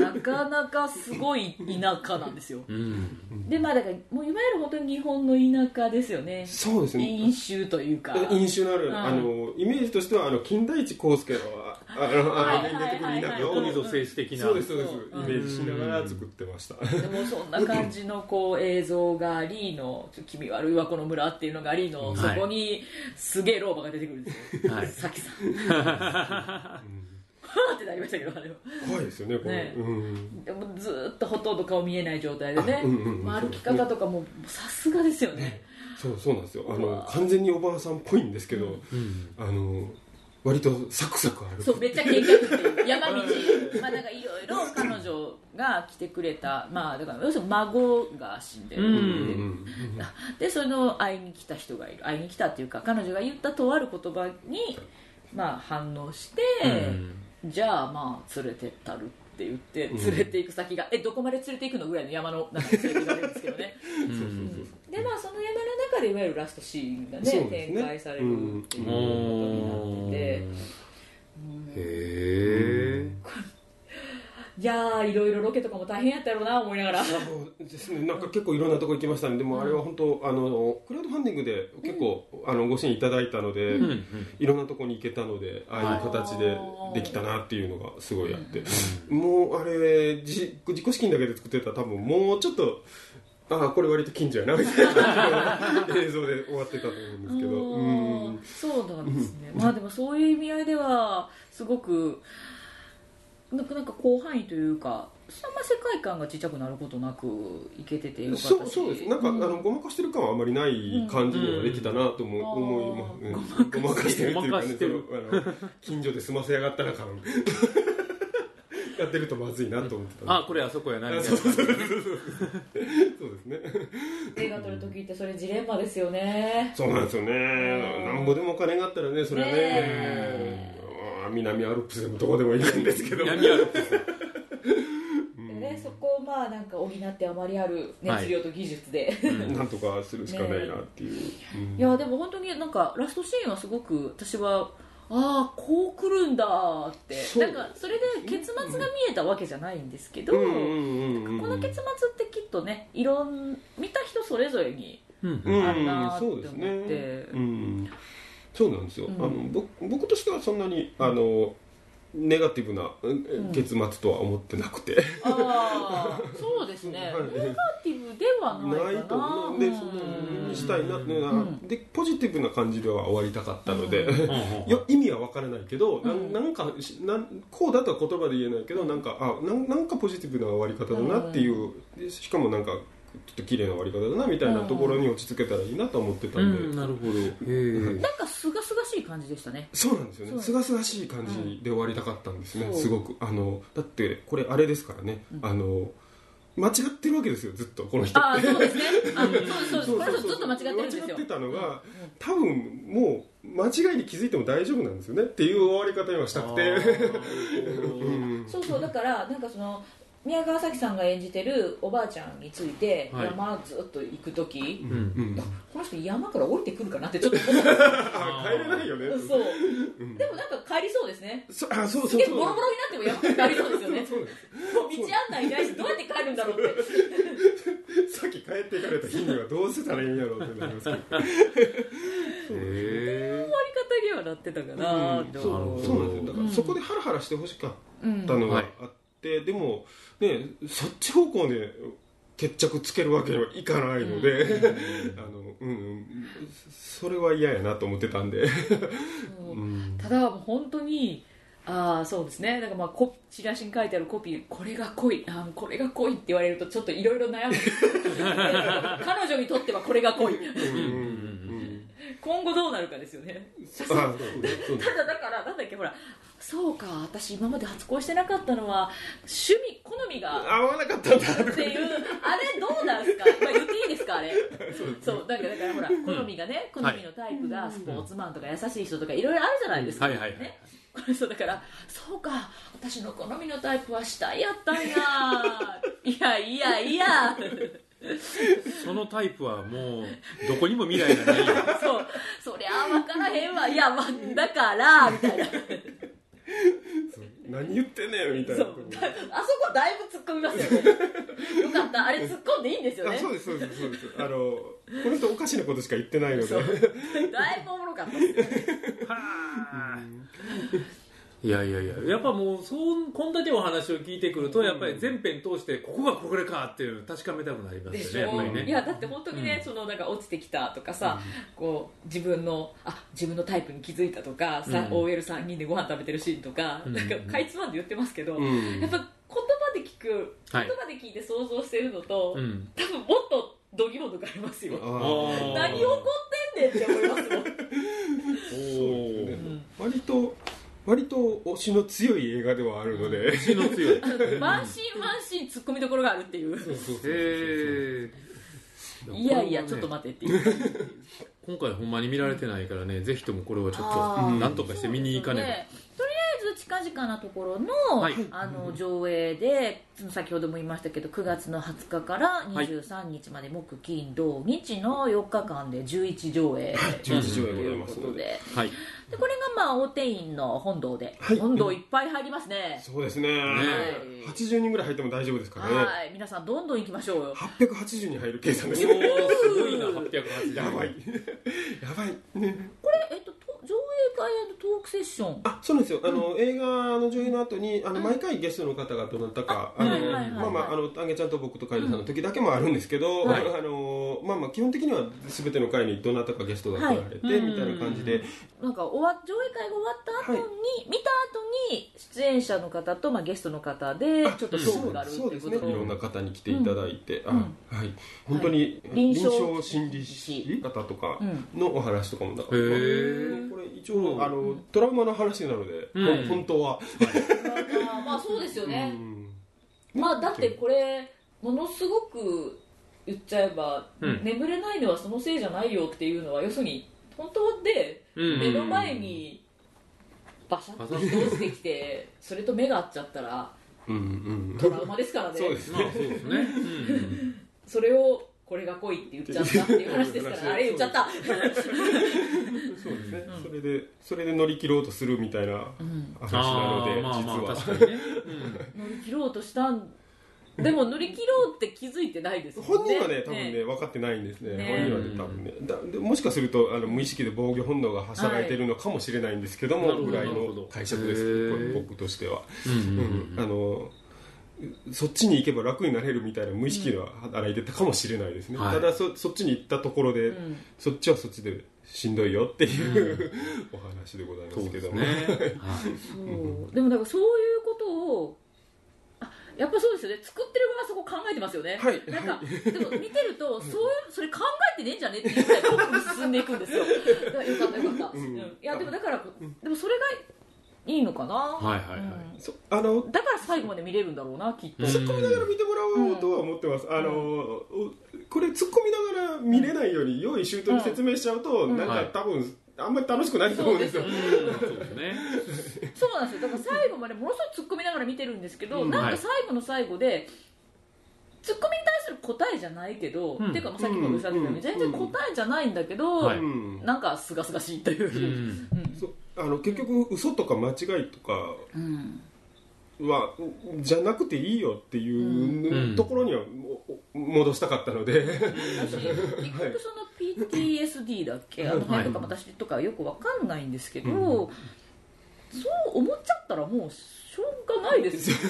S2: なかなかすごい田舎なんですよ
S1: うん
S2: でまあだからもういわゆる本当に日本の田舎ですよね
S3: そうですね
S2: 飲酒というか
S3: 印象のある、
S2: うん
S3: あのイメージとしてはあの金田一耕助のああのあ
S2: は
S3: の
S2: い
S3: みんなでくる田舎
S2: は
S3: を
S2: いはい
S1: 鬼ぞ静止的な
S3: そうですそうです、
S2: うん
S3: イメージしながら作ってました、
S2: でもそんな感じのこう映像がリーの「君悪いわこの村」っていうのがリーのそ
S1: はい
S2: こにすげえ老婆が出てくるんですよ、
S1: はい
S2: さきさん ってなりましたけどあれは
S3: 怖いですよねこれ
S2: ね
S3: うん
S2: でもずーっとほとんど顔見えない状態でね、
S3: あうんうんうん
S2: まあ歩き方とかもさすがですよね
S3: そうそうなんですよあ
S2: う
S3: の
S2: わ
S3: 完全におばあさんっぽいんですけど、
S1: うん
S3: あの割とサクサク歩く
S2: そうめっちゃ計画ってい う山道まあなんかいろいろ彼女が来てくれたまあだから要するに孫が死んでる、
S1: う
S3: うんうん
S1: ん
S2: でその会いに来た人がいる会いに来たっていうか彼女が言ったとある言葉に、まあ、反応して、じゃあまあ連れてったるって言って
S3: うん
S2: 連れて行く先が、えどこまで連れて行くのぐらいの山の中に連れて行かれるんですけど ね
S1: うん
S2: でまあその山の中でいわゆるラストシーンがね
S3: そうですね
S2: 展開されるっていう
S1: う
S2: ことになって
S1: ん
S2: て、
S1: へえ
S2: いやーいろいろロケとかも大変やったやろうな思いながら
S3: そうですね、なんか結構いろんなとこ行きましたねでもあれは本当あのクラウドファンディングで結構、あのご支援いただいたので、
S1: うんうん
S3: いろんなとこに行けたのでああいう形でできたなっていうのがすごいあって、もうあれ自自己資金だけで作ってたら多分もうちょっとああこれ割と近所やなみたいな 感じの映像で終わってたと思うんですけど
S2: う
S3: うん
S2: んそうなんですね、まあでもそういう意味合いではすごくなんかなんか広範囲というかあんま世界観がちっちゃくなることなくいけててよかったし
S3: そうそうですなんか、
S2: うん
S3: あのごまかしてる感はあまりない感じにはできたなとも思います、ねごまかしてるっていうか
S1: ごまか
S3: ね
S1: してる
S3: そのあの近所で済ませやがったら感やってるとまずいなと思ってたんで
S1: あこれあそこやなみたい
S3: そう
S1: な
S3: そうそうそうそうですね
S2: 映画撮る時ってそれジレンマですよね
S3: そうなんですよねなんぼでもお金があったらねそれはね
S2: ねえ
S3: うん南アルプスでもどこでもいいんですけど
S1: 闇ある
S2: でねそこをまあなんか補ってあまりある熱量と技術で、い
S3: なんとかするしかないなっていう、うん
S2: やでも本当になんかラストシーンはすごく私はああこう来るんだーって
S3: そう
S2: なんかそれで結末が見えたわけじゃないんですけど、
S3: うんうんうんうん
S2: この結末ってきっとねいろん見た人それぞれに
S1: うん
S3: うん
S2: あるなーって
S3: そ
S2: 思
S3: う
S2: っ
S3: です
S2: て
S3: ねうん、そうなんですよ、
S2: うん
S3: あの僕僕としてはそんなにあのネガティブなうん
S2: ん
S3: 結末とは思ってなくて、
S2: ああそうですね
S3: はい
S2: ネガティブでは
S3: な
S2: ない
S3: い
S2: か
S3: と
S2: な
S3: 思うんで、
S2: うん
S3: そんなにしたいな、
S2: ん
S3: でポジティブな感じでは終わりたかったので、
S1: うん
S3: よ意味は分からないけど、な
S2: うん
S3: なんかしなんこうだとは言葉で言えないけどなんかあなんなんかポジティブな終わり方だなっていう、でしかもなんかちょっと綺麗な終わり方だなみたいなところに落ち着けたらいいなと思ってた
S1: うん
S3: で、
S1: んなるほどへえ
S2: なんかすがすがしい感じでしたね
S3: そうなんですよ
S2: そう
S3: ねすがすがしい感じで終わりたかったんですね、
S2: そう
S3: すごくあのだってこれあれですからね、
S2: うん
S3: あの間違ってるわけですよずっとこの人
S2: ああそうですねあそうですそうですこれずっと間違ってるんです
S3: 間違
S2: よ
S3: ってたのが、多分もう間違いに気づいても大丈夫なんですよねっていう終わり方にはしたくて。うん
S2: そうそうだからなんかその宮川咲さんが演じてるおばあちゃんについて
S1: はい
S2: 山ずっと行く時
S1: うん
S3: うん
S2: この人山から降りてくるかなっ てちょっと思っ
S3: あ帰れないよね
S2: たそう
S3: うん
S2: でもなんか帰りそうですね
S3: そあそう
S2: す
S3: そう
S2: げえ
S3: そう
S2: ボロボロになっても山に帰りそうですよね
S3: そうです
S2: もう道案内ないしどうやって帰るんだろうって
S3: さっき帰っていかれた日にはどうせたらいいんやろうってなりますけど
S1: へ
S2: 終わり方にはなってたかな
S3: うん
S2: って
S3: そう
S2: 思う
S3: そうなんですよだから
S2: うん
S3: そこでハラハラしてほしかっ
S2: うん
S3: たのが
S1: は
S3: あ
S1: い
S3: って、でもねそっち方向で決着つけるわけにはいかないので、 あのうんうんそれは嫌やなと思ってたんで、
S2: そう
S3: うん
S2: ただもう本当にああそうですねだからまあこチラシに書いてあるコピーこれが濃いあーこれが濃いって言われるとちょっといろいろ 悩む彼女にとってはこれが濃い
S3: うんうん
S2: 今後どうなるかですよね
S3: あそうねそうね
S2: ただだからなんだっけほらそうか私今まで初恋してなかったのは趣味好みが
S3: 合わなかったんだ
S2: っていうあれどうなんすか、まあ、言っていいですかあれそうなんかだからほら好みがね好みのタイプがスポーツマンとか優しい人とかいろいろあるじゃないですか、
S1: はいはいはい
S2: ねこれそうだからそうか 私の好みのタイプは死体やったんやいやいやいや
S1: そのタイプはもうどこにも未来がないよ
S2: そうそりゃあ分からへんわいや、まあ、だからみたいな
S3: 何言ってんねんみたい
S2: そ
S3: な
S2: うあそこだいぶ突っ込みますよねよかったあれ突っ込んでいいんですよ
S3: あ
S2: ね
S3: そうですそうですそうですあのこの人おかしなことしか言ってないので
S2: そうだいぶおもろかったです
S1: いやいやいややっぱもうそうこんだけお話を聞いてくるとやっぱり全編通してここがこれかっていうのを確かめたくなります
S2: で
S1: よ
S2: し
S1: ねやっ
S2: ょ
S1: ぱり
S2: い
S1: ね
S2: やだって本当にね、そのなんか落ちてきたとかさ、こう自分のあ自分のタイプに気づいたとかさ、
S1: うん
S2: OL3 人でご飯食べてるシーンとか、
S1: うん
S2: なんかかいつまんで言ってますけど、
S3: うん
S2: やっぱ言葉で聞く言
S1: はい
S2: 葉で聞いて想像してるのと、
S1: うん
S2: 多分もっと度肝抜かれますよ
S1: あ
S3: あ
S1: ー
S2: 何怒ってんねんって思いますもん、
S1: お
S3: ね
S1: ー
S2: うん
S3: ー割と割と推しの強い映画ではあるので
S1: 血の強いへ
S2: 満身満身突っ込みどころがあるっていう
S1: え
S2: いやいやちょっと待ってっていう
S1: 今回ほんまに見られてないからねぜひともこれはちょっ
S2: あ
S1: と
S2: ー
S1: なんとかして見に行か
S2: そうです
S1: ね
S2: ねとりあえず近々なところの,、
S1: はい
S2: あの上映で先ほども言いましたけど9月の20日から
S1: はい
S2: 23日まで木金土日の4日間で11上映
S3: 11上映
S2: と
S3: ござい
S2: いう
S3: ま
S2: こ
S3: す
S2: と
S3: ので
S2: で
S1: ばはい
S2: でこれがまあ大手院の本堂で、
S3: はい
S2: 本堂いっぱい入りますね、
S3: そうですね
S2: い
S3: 80人ぐらい入っても大丈夫ですからね
S2: はい皆さんどんどん行きましょうよ
S3: 880に入る計算です
S1: お
S3: よ
S1: ーすごいな880
S3: やばい やばい
S2: えっとと上映会トークセッション
S3: あそうなんですよ、あの映画の女優の後にあの毎回ゲストの方がどなたか、
S2: あ
S3: あの
S2: はいはいはいはい
S3: まあまああのあげちゃんと僕とカエルさんの時だけもあるんですけど、
S1: はい
S3: あのまあまあ基本的には全ての回にどなたかゲストが来られて、
S1: はい
S3: みたいな感じで、
S2: なんか終わ上映会が終わった後に、
S3: は
S2: 見た後に出演者の方と、まあ、ゲストの方でちょっと勝負があるって
S3: そう
S2: い
S3: で
S2: う
S3: す
S2: こ
S3: ねい
S2: と
S3: ろんな方に来ていただいて、
S2: ん
S3: あはい本当に
S2: 臨
S3: 臨
S2: 床
S3: 床心理士方とかのお話とかもだから、
S1: へー
S3: これ一応あのトラウマの話なので、
S1: うん
S3: 本当は、
S2: まあまあそうですよね
S3: う、ん
S2: まあだってこれものすごく言っちゃえば、
S1: うん
S2: 眠れないのはそのせいじゃないよっていうのは要するに本当で
S1: うん
S2: 目の前にバシャッと人落ちてきてそれと目が合っちゃったら
S3: うんうん
S2: トラウマですからね
S3: そうです
S1: まあそうですねうん
S2: それをこれが恋って言っちゃったっていう話ですからあれ言っちゃった、
S3: そうですね、それでそれで乗り切ろうとするみたいな
S2: うん
S3: 話なの
S1: あ
S3: で、
S1: ーまあ
S3: 実は、
S1: まあ確かにねうん
S2: 乗り切ろうとしたんでも乗り切ろうって気づいてないですも
S3: 本
S2: んね
S3: 人はね多分ね分かってないんですね
S2: ね
S3: 本人はね多分ねだでもしかするとあの無意識で防御本能が働いてるのかもしれないんですけども、
S1: はい
S3: ぐらい
S1: なるほど
S3: の解釈で
S1: へ
S3: すこ
S1: ー
S3: れ僕としては、
S1: うんうん
S3: うんあのそっちに行けば楽になれるみたいな無意識が働いてたかもしれないですね、
S1: はい
S3: ただそそっちに行ったところで、
S2: ん
S3: そっちはそっちでしんどいよっていう、お話でございま
S1: そう
S3: すけ
S1: です
S3: ど
S1: ね
S3: も、
S1: はい
S2: そうでもだからそういうことをあやっぱそうですよね作ってる側はそこ考えてますよね、
S3: はい
S2: なんかでも見てるとそういうそれ考えてねえんじゃねっていうぐらい奥に進んでいくんですよだからよかったよかった、
S3: うん
S2: うんいやでもだからこでもそれがいいのかな、
S1: はいはいはい
S3: そあの
S2: だから最後まで見れるんだろうなきっと、
S1: うん
S3: 突っ込みながら見てもらおうとは思ってます、あのおこれ突っ込みながら見れないように用意周到に説明しちゃうと、
S2: うん
S3: なん
S1: は
S3: か
S1: い
S3: 多分あんまり楽しくないと思うんですよ
S2: そう
S1: うんそうですね
S2: そうなんですよだから最後までものすごい突っ込みながら見てるんですけど、
S3: うん
S2: なんか最後の最後で突っ込みに対する答えじゃないけど、
S1: うん
S2: っていうかまあさっきもおっしゃってたように、
S3: うん
S2: 全然答えじゃないんだけど、
S1: はい
S3: うん
S2: なんかすがすがしいという
S1: う、ん
S2: うん
S3: そうあの結局嘘とか間違いとか
S2: うん
S3: はじゃなくていいよって
S1: う
S3: い
S1: ん
S3: うところにはも戻したかったの
S2: 私
S3: で、
S2: 結局その PTSD だっけ、あの辺とかも私とかよくわかんないんですけど、
S3: う
S2: そう思っちゃったらもうしょうがないですよね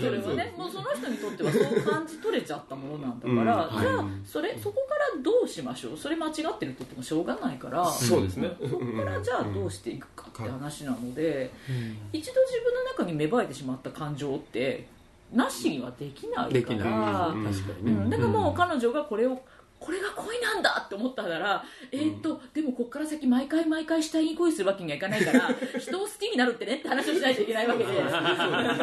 S2: それはねもうその人にとってはそう感じ取れちゃったものなんだから、
S1: うん
S2: じゃあ
S3: はい
S2: それそこからどうしましょうそれ間違ってるって言ってもしょうがないからそ
S3: そうですね、
S2: こからじゃあどう
S3: し
S2: していくかって話なので、一度自分の中に芽生えてしまった感情ってなしにはできないから
S1: できない
S3: うん
S1: 確かに
S2: う
S1: ね
S2: ん、だからもう
S1: うん
S2: 彼女がこれをこれが恋なんだって思ったなら、えーっとでもこっから先毎回毎回死体に恋するわけにはいかないから 人を好きになるってねって話をしないといけないわ けでだ
S1: そうだね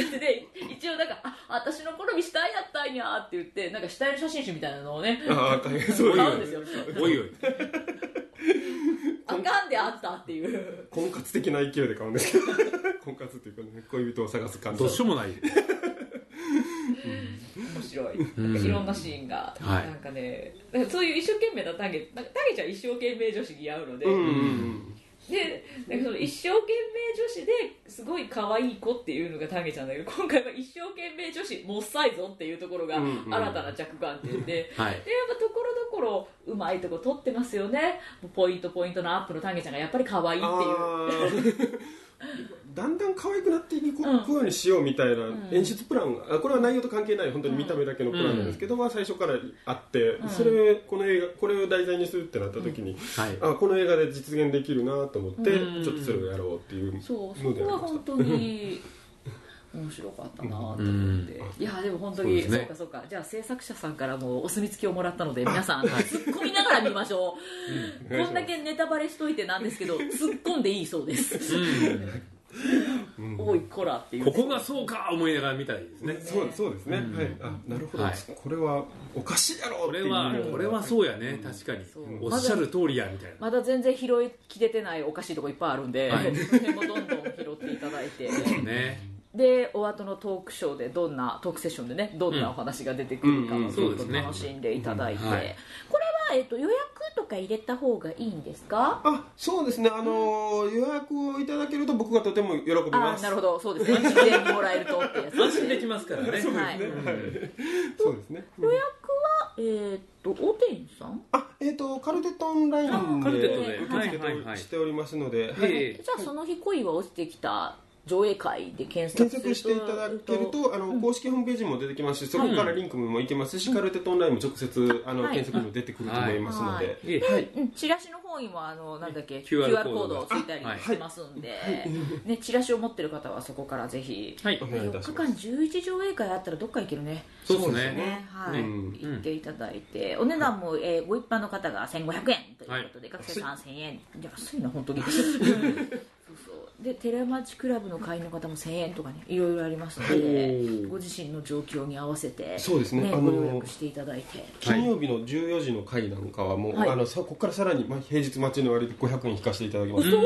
S2: ってね一応なんかあ私の好み死体やったんやって言ってなんか死体の写真集みたいなのをね
S3: ああ大変そう
S2: 買うんで
S3: い
S2: す
S3: う
S2: よ
S1: おいおい
S2: あかんであったっていう
S3: 婚活的な勢いで買うんですけど婚活というか、ね、恋人を探す感じ
S1: どうしようもない
S2: 白い、
S1: うん
S2: いろんなシーンが、
S1: はい
S2: なんかねなんかそういう一生懸命なタゲなんかタゲちゃん一生懸命女子似合うので、
S3: うんうん
S2: でなんかその一生懸命女子ですごい可愛い子っていうのがタゲちゃんだけど今回は一生懸命女子もっさいぞっていうところが
S3: うん
S2: 新
S3: うん
S2: たな着眼点で。
S1: はい
S2: でやっぱところどころうまいとこ取ってますよねポイントポイントのアップのタゲちゃんがやっぱり可愛いっていう
S3: あーだんだん可愛くなっていく
S2: うん
S3: ようにしようみたいなん演出プランが、あこれは内容と関係ない本当に見た目だけのプランなんですけど、は最初からあって、
S2: ん
S3: それこの映画これを題材にするってなった時に、
S1: はい
S3: あこの映画で実現できるなと思って、
S2: うん
S3: ちょっとそれをやろうっていう
S2: そう
S3: の
S2: そ
S3: で
S2: こ
S3: あ
S2: は
S3: りました
S2: 本当に面白かったなと思って、いやでも本当に
S1: そ
S2: そうう,、
S1: ですね
S2: かそうかじゃあ制作者さんからもお墨付きをもらったので皆 さん突っ込みながら見ましょう、こんだけネタバレしといてなんですけど突っ込んでいいそうです、おいこらっていう
S1: ここがそうか思いながら見たいですね
S3: そうそうですね、
S1: うん
S3: はいあなるほど、
S1: はい
S3: これはおかしいだろう
S1: こ
S3: って
S1: れ
S3: いう
S1: はこれはそうやね確かに
S2: そう
S1: おっしゃる通りやみたいな
S2: まだ全然拾いきれてないおかしいとこいっぱいあるんで、
S1: はい
S2: その辺もどんどん拾っていただいて
S1: ね
S2: でお後のトークショーでどんなトークセッションでねどんなお話が出てくるか
S3: うんう
S2: を
S3: ん
S2: ちょっ
S1: そうです
S2: と
S1: ね
S2: 楽しんでいただいて、
S1: うんはい
S2: これは、えっと、予約とか入れた方がいいんですか
S3: あそうですねあのー、予約をいただけると僕がとても喜び
S2: あ
S3: ま
S2: ー
S3: す
S2: なるほどそうですね事前にもらえるとってやつ
S1: 安心できますからね
S2: そうですね
S3: ねはいそうですね、
S2: 予約はえっとおてんさん
S3: あえっ、とカルテットオンライン
S1: あカルテット
S3: で
S1: で
S3: 受付
S1: はいはいはい
S3: をしておりますので、はい
S1: で
S2: じゃあその日恋は落ちてきた上映会で検索
S3: 検
S2: する
S3: 索していただけると、あの公式ホームページも出てきますしそこからリンクもいけますし、カルテットオンラインも直接あの、
S2: はい
S3: 検索も出てくると思いますので、
S2: はい
S1: ええ
S2: うん、チラシの方にもあのなんだっけ
S1: QR
S2: QR
S1: コ
S2: コ
S1: ー
S2: ー
S1: ド
S2: ド
S1: が
S2: をついたり
S1: あはい
S2: してますんで、ね、チラシを持ってる方はそこからぜひ
S1: はい
S3: お願いい
S2: 4
S3: たし
S2: 日
S3: ま
S2: 間
S3: す
S2: 11上映会あったらどっか行けるね
S1: そうです
S3: そうで
S1: ね
S3: す
S2: ねはい、
S3: うん
S2: 行っていただいてお値段も、えーご一般の方が1500円ということで、学生3000円いや安いな本当 にそうそうで寺町クラブの会員の方も1000円とかねいろいろありますので
S1: おー
S2: ご自身の状況に合わせて
S3: そうですねあ
S2: ご
S3: の
S2: 予約していただいて
S3: 金曜日の14時の回なんかはもう、
S2: はい
S3: あのさここからさらに、まあ、平日待ちの割で500円引かせていただきます
S2: 嘘
S1: ん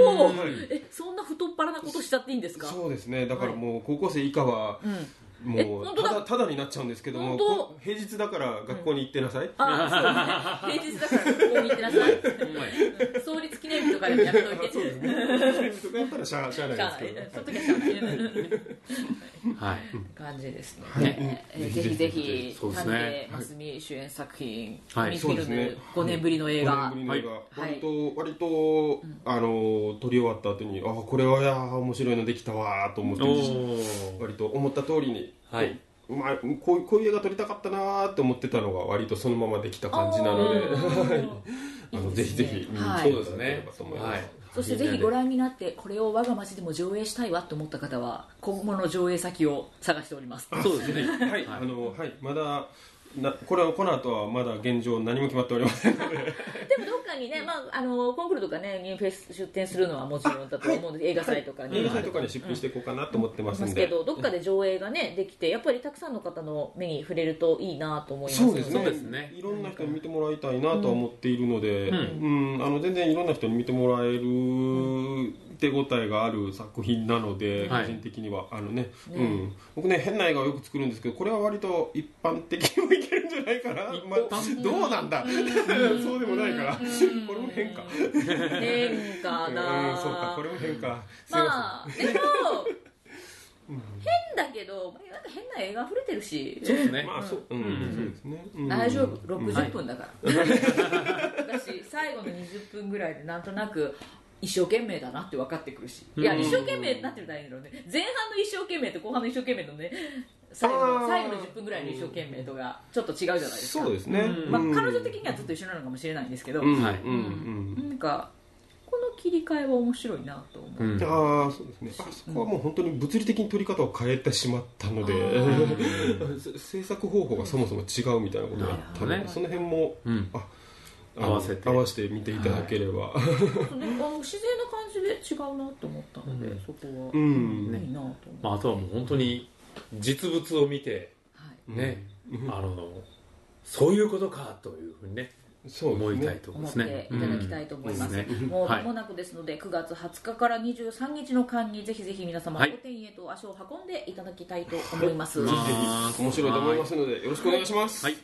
S2: えそんな太っ腹なことしちゃっていいんですか
S3: そうですねだからもう高校生以下は、
S2: え
S3: も
S2: 本
S3: う
S2: 当だ
S3: ただただになっちゃうんですけども
S2: 本当
S3: こ平日だから学校に行ってなさい、
S2: あそうね平日だから学校に行ってな さい
S1: ほんまや
S2: うん創立記念日とかでもやめといて
S3: そうですねそれやったらしゃあしゃあない
S2: しゃ
S3: で
S2: あ
S3: す
S2: な
S3: け
S2: いその時
S3: ど
S2: はしゃあない
S1: はい
S2: 感じですね、えーぜひぜひ
S1: そうです
S2: 探
S1: ね
S2: 偵ますみ主演作品「
S1: はい
S2: ミフ
S3: そう
S2: ィ
S3: で
S2: ル
S3: すね
S2: ム」5年ぶりの映画、
S3: 5年ぶりの映画、
S2: はい
S3: 割と割と、あの撮り終わった後にあこれはいや面白いのできたわーと思って
S1: おー
S3: 割と思った通りに、
S1: はい
S3: まあ、こうこういう映画撮りたかったなーって思ってたのが割とそのままできた感じなので
S2: あー
S3: はいあの
S2: いい
S3: ぜ
S2: で
S3: ひ
S2: すね
S3: ぜひ見に来ていただければと思います、
S1: はい
S2: そしてぜひご覧になってこれを我が町でも上映したいわと思った方は今後の上映先を探しております
S1: そうですね
S3: はい、あの、はい、まだ、な、これはこの後はまだ現状何も決まっておりませんので。
S2: でもどっかにね、まあ、あのコンクールとかねニューフェス出展するのはもちろんだと思うんで、映画祭とかに
S3: 映画祭とかに出品していこうかなと思ってま
S2: い
S3: す
S2: ま
S3: ん
S2: すけ
S3: で。
S2: どどっかで上映がねできてやっぱりたくさんの方の目に触れるといいなと思います
S3: そうです
S1: そう
S3: ね
S1: ですね
S3: いろんな人に見てもらいたいなとは思っているので、うんあの全然いろんな人に見てもらえる手応えがある作品なので、
S1: はい
S3: 個人的にはあの、ねうん、僕ね変な映画をよく作るんですけどこれは割と一般的にもいけるんじゃないかな、まあ、どうなんだ そうでもないからこれも変か。
S2: 変化
S3: う
S2: だ
S3: んそうかこれも変か、すいま
S2: まあでも変だけどなんか変な映画溢れてるし
S1: そうです
S3: せん
S1: ね
S3: まあそう、うんそうですね、うん
S2: 大丈夫60分だから、私最後の20分ぐらいでなんとなく一生懸命だなって分かってくるしいや
S1: うん
S2: 一生懸命になってるからいいんだろうね前半の一生懸命と後半の一生懸命のね最後
S3: あー
S2: の最後の10分ぐらいの一生懸命とがちょっと違うじゃないですか
S3: そうですね、
S2: まあ、
S3: うん
S2: 彼女的にはずっと一緒なのかもしれないんですけど、
S3: うん
S1: はい
S3: うんうん
S2: なんかこの切り替えは面白いなと思う、
S1: うん
S3: ああそうですねあそこはもう本当に物理的に取り方を変えてしまったので、 制作方法がそもそも違うみたいなことがあっ
S1: なる
S3: たので、
S1: ほどね
S3: その辺も、
S1: うん
S3: ああの
S1: 合わせて
S3: 合わせて見ていただければ、
S2: ね、あの自然な感じで違うなと思ったので、
S1: うん
S2: そこは、
S3: うん
S2: いいなと思う、
S1: まああとはもう本当に実物を見て
S2: はい、
S1: ねあのそういうことかというふうにね
S3: そう
S1: 思い
S3: で
S1: た
S3: す
S1: い
S3: ね
S1: ところ
S2: 思
S1: で
S2: っ
S1: すね
S2: ていただきたいと思います,、
S1: うんですね
S2: もう
S1: は
S2: 間
S1: い
S2: もなくですので、9月20日から23日の間にぜひぜひ皆様、
S1: はい
S2: 御殿へと足を運んでいただきたいと思います、
S1: うん
S2: はい
S1: あー
S3: 面白いと思いますのでよろしくお願いします、
S1: はい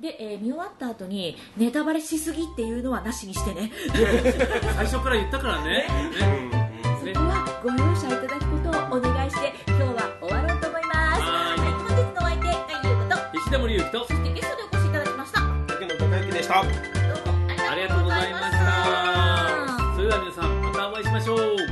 S2: でえー見終わった後にネタバレしすぎっていうのはなしにしてね
S1: 最初から言ったからね
S3: うん
S1: ね
S2: で
S1: ね
S2: はご容赦いただくことをお願いして今日は終わろうと思いますは
S1: は
S2: いい、本日のお相手がゆうこと
S1: 石田森ゆきと
S2: そしてゲストでお越しいただきました
S3: 竹野孝之でした
S2: どうもあ
S1: あり
S2: りがとう
S1: がとうご
S2: ご
S1: ざ
S2: ざ
S1: い
S2: い
S1: ま
S2: ま
S1: し
S2: したた
S1: それでは皆さんまたお会いしましょう